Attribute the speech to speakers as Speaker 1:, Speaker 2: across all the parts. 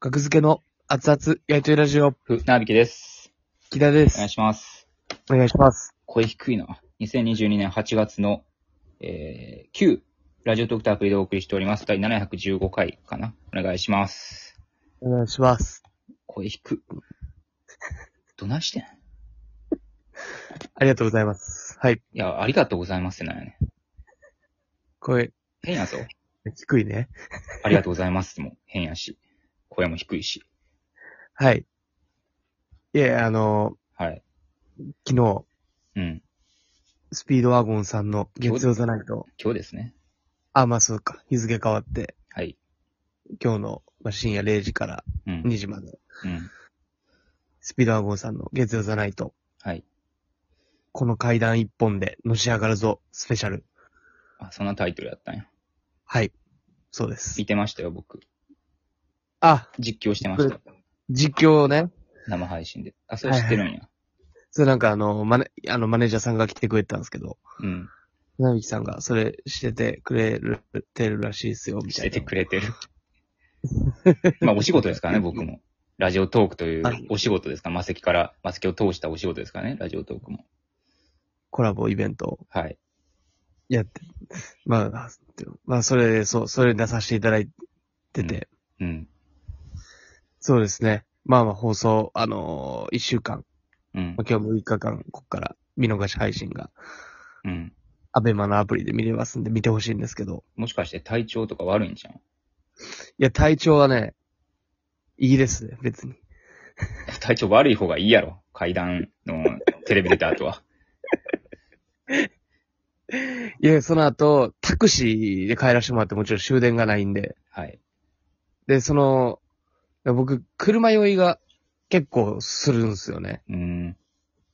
Speaker 1: 格付けの熱々やりとりラジオ、
Speaker 2: ふ、なびきです。
Speaker 1: 木田で
Speaker 2: お願い
Speaker 1: す。
Speaker 2: します。
Speaker 1: お願いします。
Speaker 2: 声低いな。2022年8月の、えー、旧ラジオトークターアプリでお送りしております。第715回かな。お願いします。
Speaker 1: お願いします。
Speaker 2: 声低く。どないしてんい
Speaker 1: ありがとうございます。はい。
Speaker 2: や、ありがとうございますなんやね。
Speaker 1: 声、
Speaker 2: 変やぞ。
Speaker 1: 低いね。
Speaker 2: ありがとうございますも変やし。声も低いし。
Speaker 1: はい。いや、あの、
Speaker 2: はい。
Speaker 1: 昨日、
Speaker 2: うん。
Speaker 1: スピードワゴンさんの月曜じゃないと、
Speaker 2: 今日ですね。
Speaker 1: あ、まあそうか、日付変わって、
Speaker 2: はい。
Speaker 1: 今日の、まあ、深夜0時から
Speaker 2: うん。
Speaker 1: 2時まで、
Speaker 2: うん。
Speaker 1: スピードワゴンさんの月曜じゃないと、
Speaker 2: はい。
Speaker 1: この階段一本でのし上がるぞ、スペシャル。
Speaker 2: あ、そんなタイトルやったんや。
Speaker 1: はい。そうです
Speaker 2: 見。てましたよ、僕。
Speaker 1: あ、
Speaker 2: 実況してました。
Speaker 1: 実況をね、
Speaker 2: 生配信で。あ、それ知ってるんや。
Speaker 1: それなんかあの、マネ、あの、マネージャーさんが来てくれたんですけど、
Speaker 2: うん。
Speaker 1: なびきさんがそれしててくれる、てるらしいですよ、み
Speaker 2: した
Speaker 1: い
Speaker 2: て
Speaker 1: な
Speaker 2: て。く れてる。まあ、お仕事ですからね、僕も。ラジオトークとい
Speaker 1: はいう
Speaker 2: お仕事ですから、マセキから、マセキを通したお仕事ですからね、ラジオトークも。
Speaker 1: コラボイベントを
Speaker 2: はい。
Speaker 1: やって、まあ、まあ、それ、そう、それ出させていただいてて、
Speaker 2: うん。
Speaker 1: そうですね。まあまあ、放送、あのー、一週間、
Speaker 2: うん
Speaker 1: まあ。今日も6日間、ここから見逃し配信が、
Speaker 2: うん。
Speaker 1: アベマのアプリで見れますんで、見てほしいんですけど、
Speaker 2: もしかして体調とか悪いんじゃ ん
Speaker 1: いや、体調はね、いいですね、別に。
Speaker 2: 体調悪い方がいいやろ。階段のテレビ出た後は。
Speaker 1: いや、その後、タクシーで帰らせてもらって、もちろん終電がないんで、
Speaker 2: はい。
Speaker 1: で、その、僕、車酔いが結構するんですよね。
Speaker 2: うん。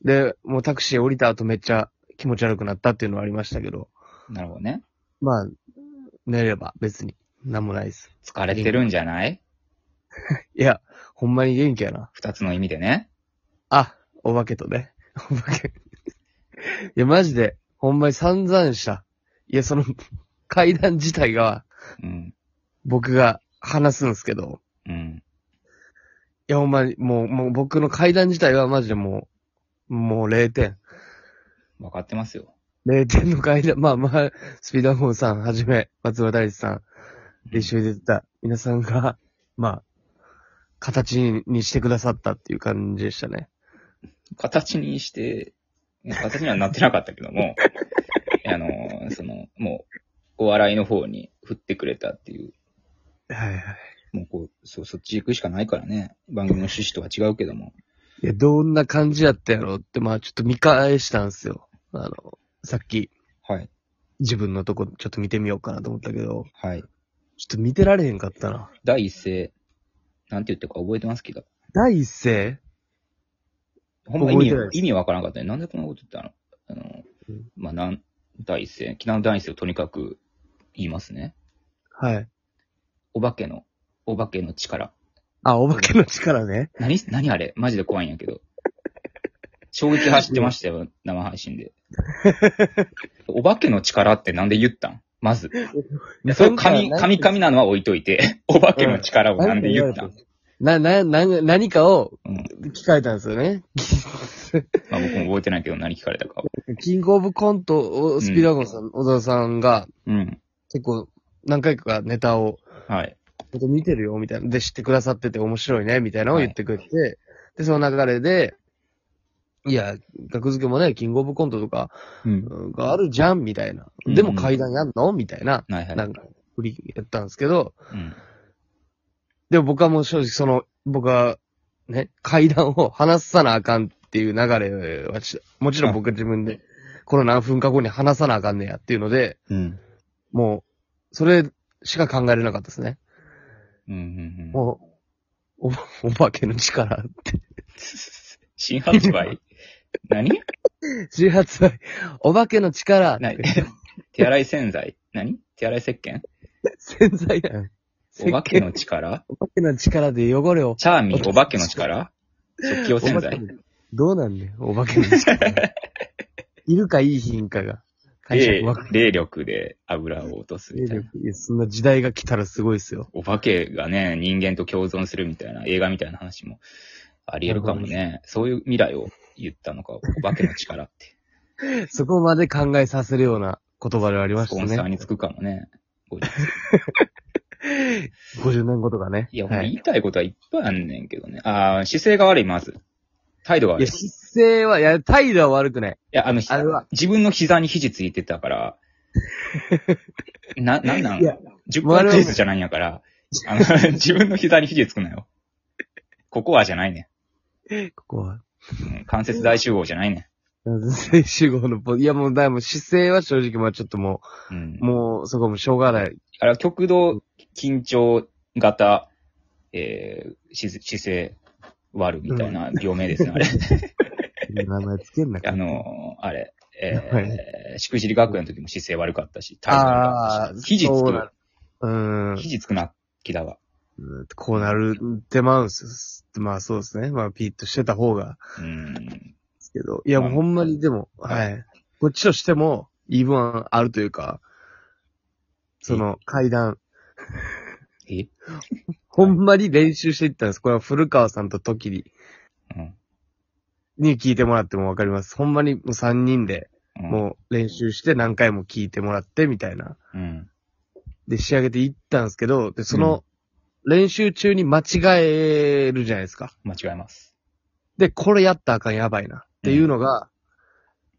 Speaker 1: で、もうタクシー降りた後めっちゃ気持ち悪くなったっていうのはありましたけど、
Speaker 2: なるほどね。
Speaker 1: まあ、寝れば別になんもないです。
Speaker 2: 疲れてるんじゃない
Speaker 1: いや、ほんまに元気やな。
Speaker 2: 二つの意味でね。
Speaker 1: あ、お化けとね。 お化け。いや、マジで、ほんまに散々した。いや、その、階段自体が
Speaker 2: うん。
Speaker 1: 僕が話すんですけど、
Speaker 2: うん。
Speaker 1: いや、ほんまに、もう、もう僕の階段自体はマジでもう、もう0点。
Speaker 2: わかってますよ。
Speaker 1: 0点の階段、まあまあ、スピードワゴンさんはじめ、松村大地さん、練習で出た皆さんが、 まあ、形にしてくださったっていう感じでしたね。
Speaker 2: 形にして、形にはなってなかったけ ども、あの、その、もう、お笑いの方に振ってくれたっていう、
Speaker 1: はいはい。
Speaker 2: もうこう、そう、そっち行くしかないからね。番組の趣旨とは違うけども。
Speaker 1: いや、どんな感じやったやろうって、まあちょっと見返したんですよ。あの、さっき、
Speaker 2: はい。
Speaker 1: 自分のとこちょっと見てみようかなと思ったけど、
Speaker 2: はい。
Speaker 1: ちょっと見てられへんかったな。
Speaker 2: 第一声、なんて言ったか覚えてますけど。
Speaker 1: 第一声
Speaker 2: ほんま意味
Speaker 1: 覚えてないで、す
Speaker 2: 意味わからなかったね。なんでこんなこと言ったのあの
Speaker 1: うん、
Speaker 2: まあ、なん、第一声、昨日の第一声をとにかく言いますね。
Speaker 1: はい。
Speaker 2: お化けの、お化けの力。
Speaker 1: あ、お化けの力ね。
Speaker 2: 何、何あれマジで怖いんやけど。衝撃走ってました よ、生配信で。お化けの力ってなんで言ったんまず。それ神、神々なのは置いといて、 お化けの力をなんで言ったん、
Speaker 1: な、な、な、何かを
Speaker 2: うん
Speaker 1: 聞かれたんですよね。
Speaker 2: まあ僕も覚えてないけど何聞かれたかは。
Speaker 1: キングオブコントをスピードワゴンさん、小沢さんが
Speaker 2: うん。
Speaker 1: 結構何回かネタを
Speaker 2: はい。
Speaker 1: 僕見てるよみたいな。で、知ってくださってて面白いねみたいなのを言ってくれて、で、その流れで、いや、学付けもね、キングオブコントとか
Speaker 2: うん。
Speaker 1: うんがあるじゃんみたいな。
Speaker 2: うん
Speaker 1: でも階段やんのみたいな、
Speaker 2: はいはい。
Speaker 1: なんか、振りやったんですけど、
Speaker 2: うん。
Speaker 1: でも僕はもう正直その、僕はね、階段を話さなあかんっていう流れはし、もちろん僕は自分で、この何分か後に話さなあかんねやっていうので、
Speaker 2: うん。
Speaker 1: もう、それしか考えれなかったですね。
Speaker 2: うん。うん。うん
Speaker 1: もう、お、お化けの力って。
Speaker 2: 新発売何
Speaker 1: 18歳、お化けの力っ
Speaker 2: 何
Speaker 1: て。
Speaker 2: 手洗い洗剤何手洗い石鹸
Speaker 1: 潜在やん。
Speaker 2: お化け
Speaker 1: 石鹸
Speaker 2: の力
Speaker 1: お化けの力で汚れを。
Speaker 2: チャーミーお化けの 力食器用洗剤
Speaker 1: お化けのどうなんねん、お化けの力。いるかいい品かが。大したわ
Speaker 2: 霊霊力で油を落とすみたいな。
Speaker 1: いやそんな時代が来たらすごいですよ。
Speaker 2: お化けがね、人間と共存するみたいな映画みたいな話もあり得るかも
Speaker 1: な
Speaker 2: ね。そういう未来を言ったのか、お化けの力って。
Speaker 1: そこまで考えさせるような 言葉ではありまし
Speaker 2: スポ
Speaker 1: た
Speaker 2: ンサー
Speaker 1: ね。
Speaker 2: につくかもね。後日
Speaker 1: 50年後とかね。
Speaker 2: いや、ほん
Speaker 1: は
Speaker 2: ま言
Speaker 1: い、
Speaker 2: いたいことはいっぱいあんねんけどね。ああ、姿勢が悪い、まず。態度が
Speaker 1: い
Speaker 2: 悪い。
Speaker 1: や、
Speaker 2: い
Speaker 1: 姿勢は、いや、態度は悪くない。
Speaker 2: や、あの、ひ
Speaker 1: あれは
Speaker 2: 自分の膝に肘ついてた から、な、なんなん
Speaker 1: いや
Speaker 2: ?10 分クイズじゃないんやから、あの 自分の膝に肘つくなよ。ここはじゃないね
Speaker 1: ここは。
Speaker 2: ん。うん関節大集合じゃないね
Speaker 1: 全集合のポいや、もう、だいぶ姿勢は正直、まあちょっとも
Speaker 2: ん。うん
Speaker 1: う、。もう、そこはもうしょうがない。
Speaker 2: あれは極度緊張型、えー、し姿勢悪みたいな病名ですね、あれ。
Speaker 1: 名前つけんな。
Speaker 2: あのーあれ、
Speaker 1: は
Speaker 2: えー、しくじり学園の時も姿勢悪かったし、態度悪か
Speaker 1: あ
Speaker 2: っ
Speaker 1: あ
Speaker 2: た
Speaker 1: ー、
Speaker 2: し、肘つ
Speaker 1: そう
Speaker 2: く
Speaker 1: な、のうーん。
Speaker 2: 肘つくな、木田は。
Speaker 1: こうなるってまうんすよ。まあそうですね。まあピッとしてた方が。
Speaker 2: うん。
Speaker 1: ですけど。いや、もうほんまにでも、はい。こっちとしても、言い分あるというか、その階段、
Speaker 2: え
Speaker 1: ほんまに練習していったんです。これは古川さんと時に、
Speaker 2: うん。
Speaker 1: に聞いてもらってもわかります。ほんまにもう3人で、
Speaker 2: うん
Speaker 1: もう練習して何回も聞いてもらって、みたいな。
Speaker 2: うん。
Speaker 1: で、仕上げていったんですけど、で、その、練習中に間違えるじゃないですか。
Speaker 2: 間違えます。
Speaker 1: で、これやったらあかんやばいな。っていうのが、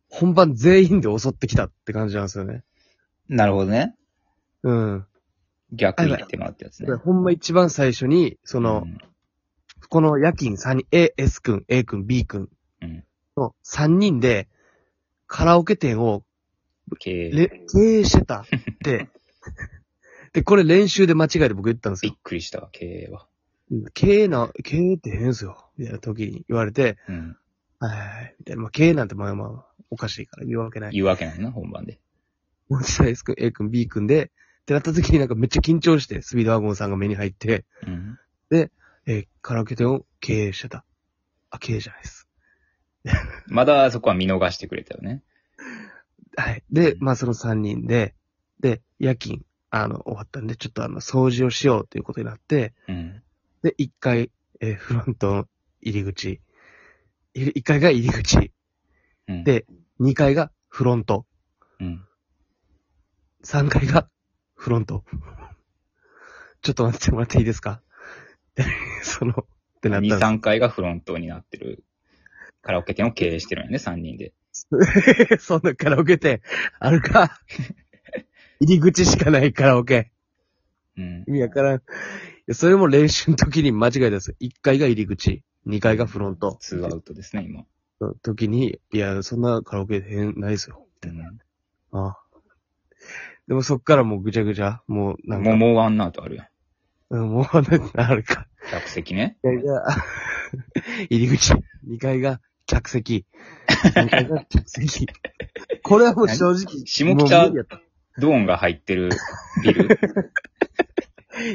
Speaker 1: 本番全員で襲ってきたって感じなんですよね。
Speaker 2: なるほどね。
Speaker 1: うん。
Speaker 2: 逆に言ってもらったやつね
Speaker 1: これ。ほんま一番最初に、その、
Speaker 2: うん
Speaker 1: この夜勤3人、A、S 君、A 君、B 君
Speaker 2: うん
Speaker 1: の3人で、カラオケ店を
Speaker 2: 経
Speaker 1: れ
Speaker 2: 営
Speaker 1: 経営してた って、で、これ練習で間違えて僕言ったんです
Speaker 2: びっ
Speaker 1: よ。
Speaker 2: くりしたわ、経営は。
Speaker 1: 経営な、経営って変ですよ。みたいな時に言われて、
Speaker 2: うん。
Speaker 1: はいはいはい、みたいな。まあ、経営なんてまあまあ、おかしいから言うわけない。
Speaker 2: 言うわけないな、本番で。
Speaker 1: 持ちたい S 君、A 君、B 君で、ってなった時になんかめっちゃ緊張して、スピードワゴンさんが目に入って、
Speaker 2: うん。
Speaker 1: えーカラオケ店を経営してた。あ、経営じゃないです。
Speaker 2: まだそこは見逃してくれたよね。
Speaker 1: はい。で
Speaker 2: う、ん
Speaker 1: まあその3人で、で、夜勤、あの、終わったんで、ちょっとあの、掃除をしようということになって、
Speaker 2: うん。
Speaker 1: で、1階、えーフロントの入り口、1階が入り口、
Speaker 2: うん。
Speaker 1: で2階がフロント、
Speaker 2: うん。
Speaker 1: 3階が フロント。ちょっと待ってもらっていいですか でその、ってなったん
Speaker 2: 2、
Speaker 1: です
Speaker 2: 3回がフロントになってる。カラオケ店を経営してるんやね、3人で。
Speaker 1: そんなカラオケ店あるか 入り口しかないカラオケ。
Speaker 2: うん
Speaker 1: 意。味わからん。いやそれも練習の時に間違えたんですよ。1階が入り口、2階がフロント。
Speaker 2: ツーアウトですね、今。
Speaker 1: の時に、いや、そんなカラオケ変ないですよ。ああでもそっからもうぐちゃぐちゃ。もうなんか。
Speaker 2: もう、もうワンアウトあるやん。
Speaker 1: うんもうなんかあるか。
Speaker 2: 客席ね。
Speaker 1: 1階が 入り口、2階が客席。2階が客席。 これはもう正直。
Speaker 2: 下
Speaker 1: もう
Speaker 2: 北
Speaker 1: 無理やった
Speaker 2: ドーンが入ってる ビル。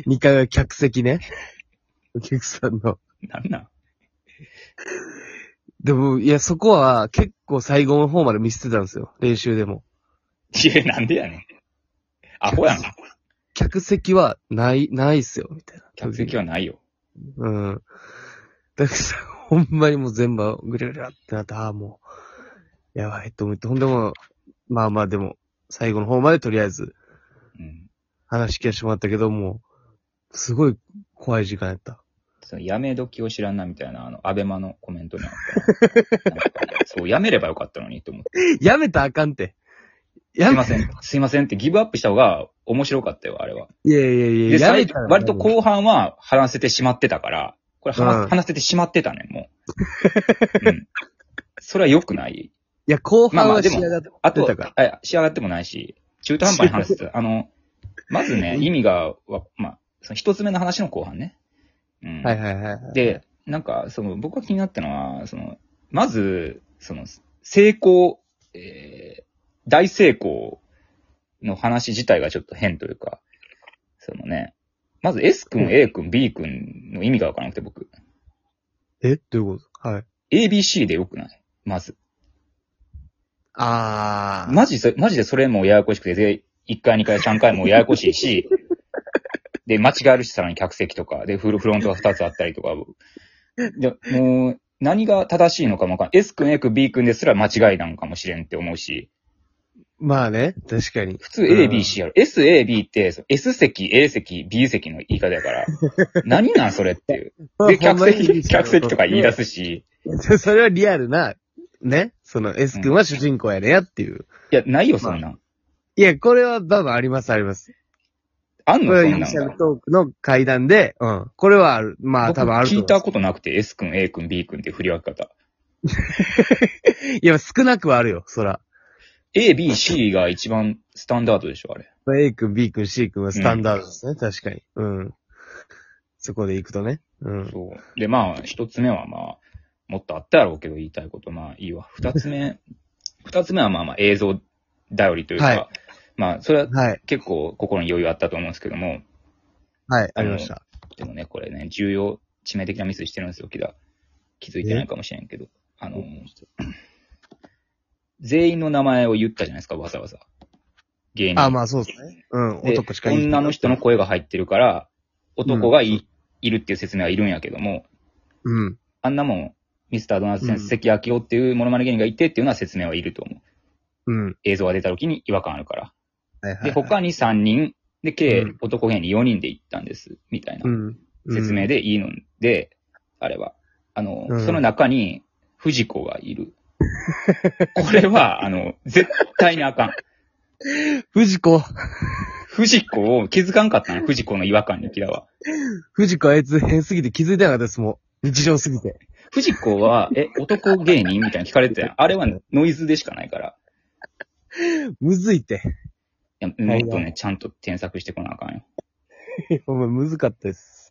Speaker 1: 2階は客席ね。お客さんの。
Speaker 2: なんなん
Speaker 1: でも、いや、そこは結構最後の方まで見せてたんですよ。練習でも。
Speaker 2: いや、なんでやねん。アホやん。
Speaker 1: 客席はない、ないっすよ、みたいな。
Speaker 2: 客席
Speaker 1: は。
Speaker 2: はないよ。
Speaker 1: うん。だからさ、ほんまにもう全部ぐりゃぐりゃってなって、ああ、もう、やばいと思って、ほんでもう、まあまあでも、最後の方までとりあえず
Speaker 2: うん。
Speaker 1: 話聞かせてもらったけど、もう、すごい怖い時間やった。
Speaker 2: そのやめ時を知らんなみたいな、あの、アベマのコメントにあ ったな。なんかそう、やめればよかったのにと思って。
Speaker 1: やめたらあかんって。
Speaker 2: す
Speaker 1: や
Speaker 2: い
Speaker 1: め
Speaker 2: ません、すいませんってギブアップした方が面白かったよ、あれは。
Speaker 1: いやいやい
Speaker 2: で、
Speaker 1: や、や
Speaker 2: 最
Speaker 1: め
Speaker 2: 初
Speaker 1: たら
Speaker 2: 割と後半は話せてしまってたから、これ話,、
Speaker 1: うん
Speaker 2: 話せてしまってたね、もう。うん。それは良くない。
Speaker 1: いや、後
Speaker 2: まあ
Speaker 1: 半
Speaker 2: まあ
Speaker 1: は
Speaker 2: で
Speaker 1: 仕
Speaker 2: も
Speaker 1: 上がって
Speaker 2: あと
Speaker 1: たから。、
Speaker 2: あ仕上がってもないし、中途半端に話してた。あの、まずね、意味がわ、まあ、その一つ目の話の後半ね。うん。
Speaker 1: はいはいはいはい。
Speaker 2: で、なんか、その、僕が気になったのは、その、まず、その、成功、えー、大成功の話自体がちょっと変というか、そのね、まず S
Speaker 1: う
Speaker 2: 君、
Speaker 1: ん
Speaker 2: A 君、B 君の意味がわからなくて僕、
Speaker 1: えどういうことはい。
Speaker 2: ABC でよくないまず。
Speaker 1: あー。
Speaker 2: マジそ、マジでそれもややこしくて、で、1回、2回、3回もややこし いし、で、間違えるし、さらに客席とか、で、フルフロントが2つあったりとか、でもう、何が正しいのかもわかんない。S 君、A 君、B 君ですら間違いなんかもしれんって思うし、
Speaker 1: まあね、確かに。
Speaker 2: 普通 A、
Speaker 1: う
Speaker 2: B、
Speaker 1: ん
Speaker 2: C やろ。S、A、B って、その S 席、A 席、B 席の言い方 やから、何なんそれっていう。で、客席、客席とか言い出すし、
Speaker 1: す。それはリアルな、ね、その S 君は主人公やねやっていう。
Speaker 2: いや、ないよ、そんなん。
Speaker 1: いや、これは多分あります、あります。
Speaker 2: あ
Speaker 1: こ
Speaker 2: んの、そ
Speaker 1: れは
Speaker 2: ん
Speaker 1: イニ
Speaker 2: なん
Speaker 1: シャル
Speaker 2: が。
Speaker 1: トークの会談で、うん。これはある、まあ
Speaker 2: 僕
Speaker 1: 多分あると
Speaker 2: 聞
Speaker 1: 思
Speaker 2: いたことなくて、S 君、A 君、B 君って振り分け方。
Speaker 1: いや、少なくはあるよ、そら。
Speaker 2: A、B、C が一番スタンダードでしょ、あれ。
Speaker 1: A 君、B 君、C 君はスタンダードですね、確かに。うん。そこで行くとね。うん。
Speaker 2: そう。で、まあ、一つ目はまあ、もっとあったやろうけど言いたいこと、まあいいわ。二つ目、 二つ目はまあまあ映像頼りというか、
Speaker 1: はい
Speaker 2: まあ、それは
Speaker 1: はい。
Speaker 2: 結構心に余裕あったと思うんですけども、
Speaker 1: はい、ありました。
Speaker 2: でもね、これね、重要、致命的なミスしてるんですよ、木田。気づいてないかもしれんけど。あの、全員の名前を言ったじゃないですか、わざわざ。芸人。
Speaker 1: あ、まあそうですね。うん、
Speaker 2: で
Speaker 1: 男しかいい。
Speaker 2: 女の人の。声が入ってるから、男がい,、いるっていう説明はいるんやけども、
Speaker 1: うん。
Speaker 2: あんなもん、ミスタードーナツ先
Speaker 1: うん
Speaker 2: 生、関明夫っていうモノマネ芸人がいてっていうのは説明はいると思う。
Speaker 1: うん。
Speaker 2: 映像が出た時に違和感あるから。
Speaker 1: はいはい。
Speaker 2: で、他に3人、で、計
Speaker 1: うん
Speaker 2: 男芸人4人で行ったんです、みたいな
Speaker 1: うん。うん
Speaker 2: 説明。でいいので、あれは。あの、
Speaker 1: うん
Speaker 2: その中に、藤子がいる。これは、あの、絶対にあかん。
Speaker 1: 藤子、
Speaker 2: 藤子を気づかんかったの、藤子の違和感に、キラは。
Speaker 1: 藤子あいつ変すぎて気づいてなかったです、もう。日常すぎて。
Speaker 2: 藤子は、え、男芸人みたいに聞かれてたやん。あれはノイズでしかないから。
Speaker 1: むずいって。
Speaker 2: いやもっとね、ちゃんと添削してこなあかんよ。
Speaker 1: お前むずかったです。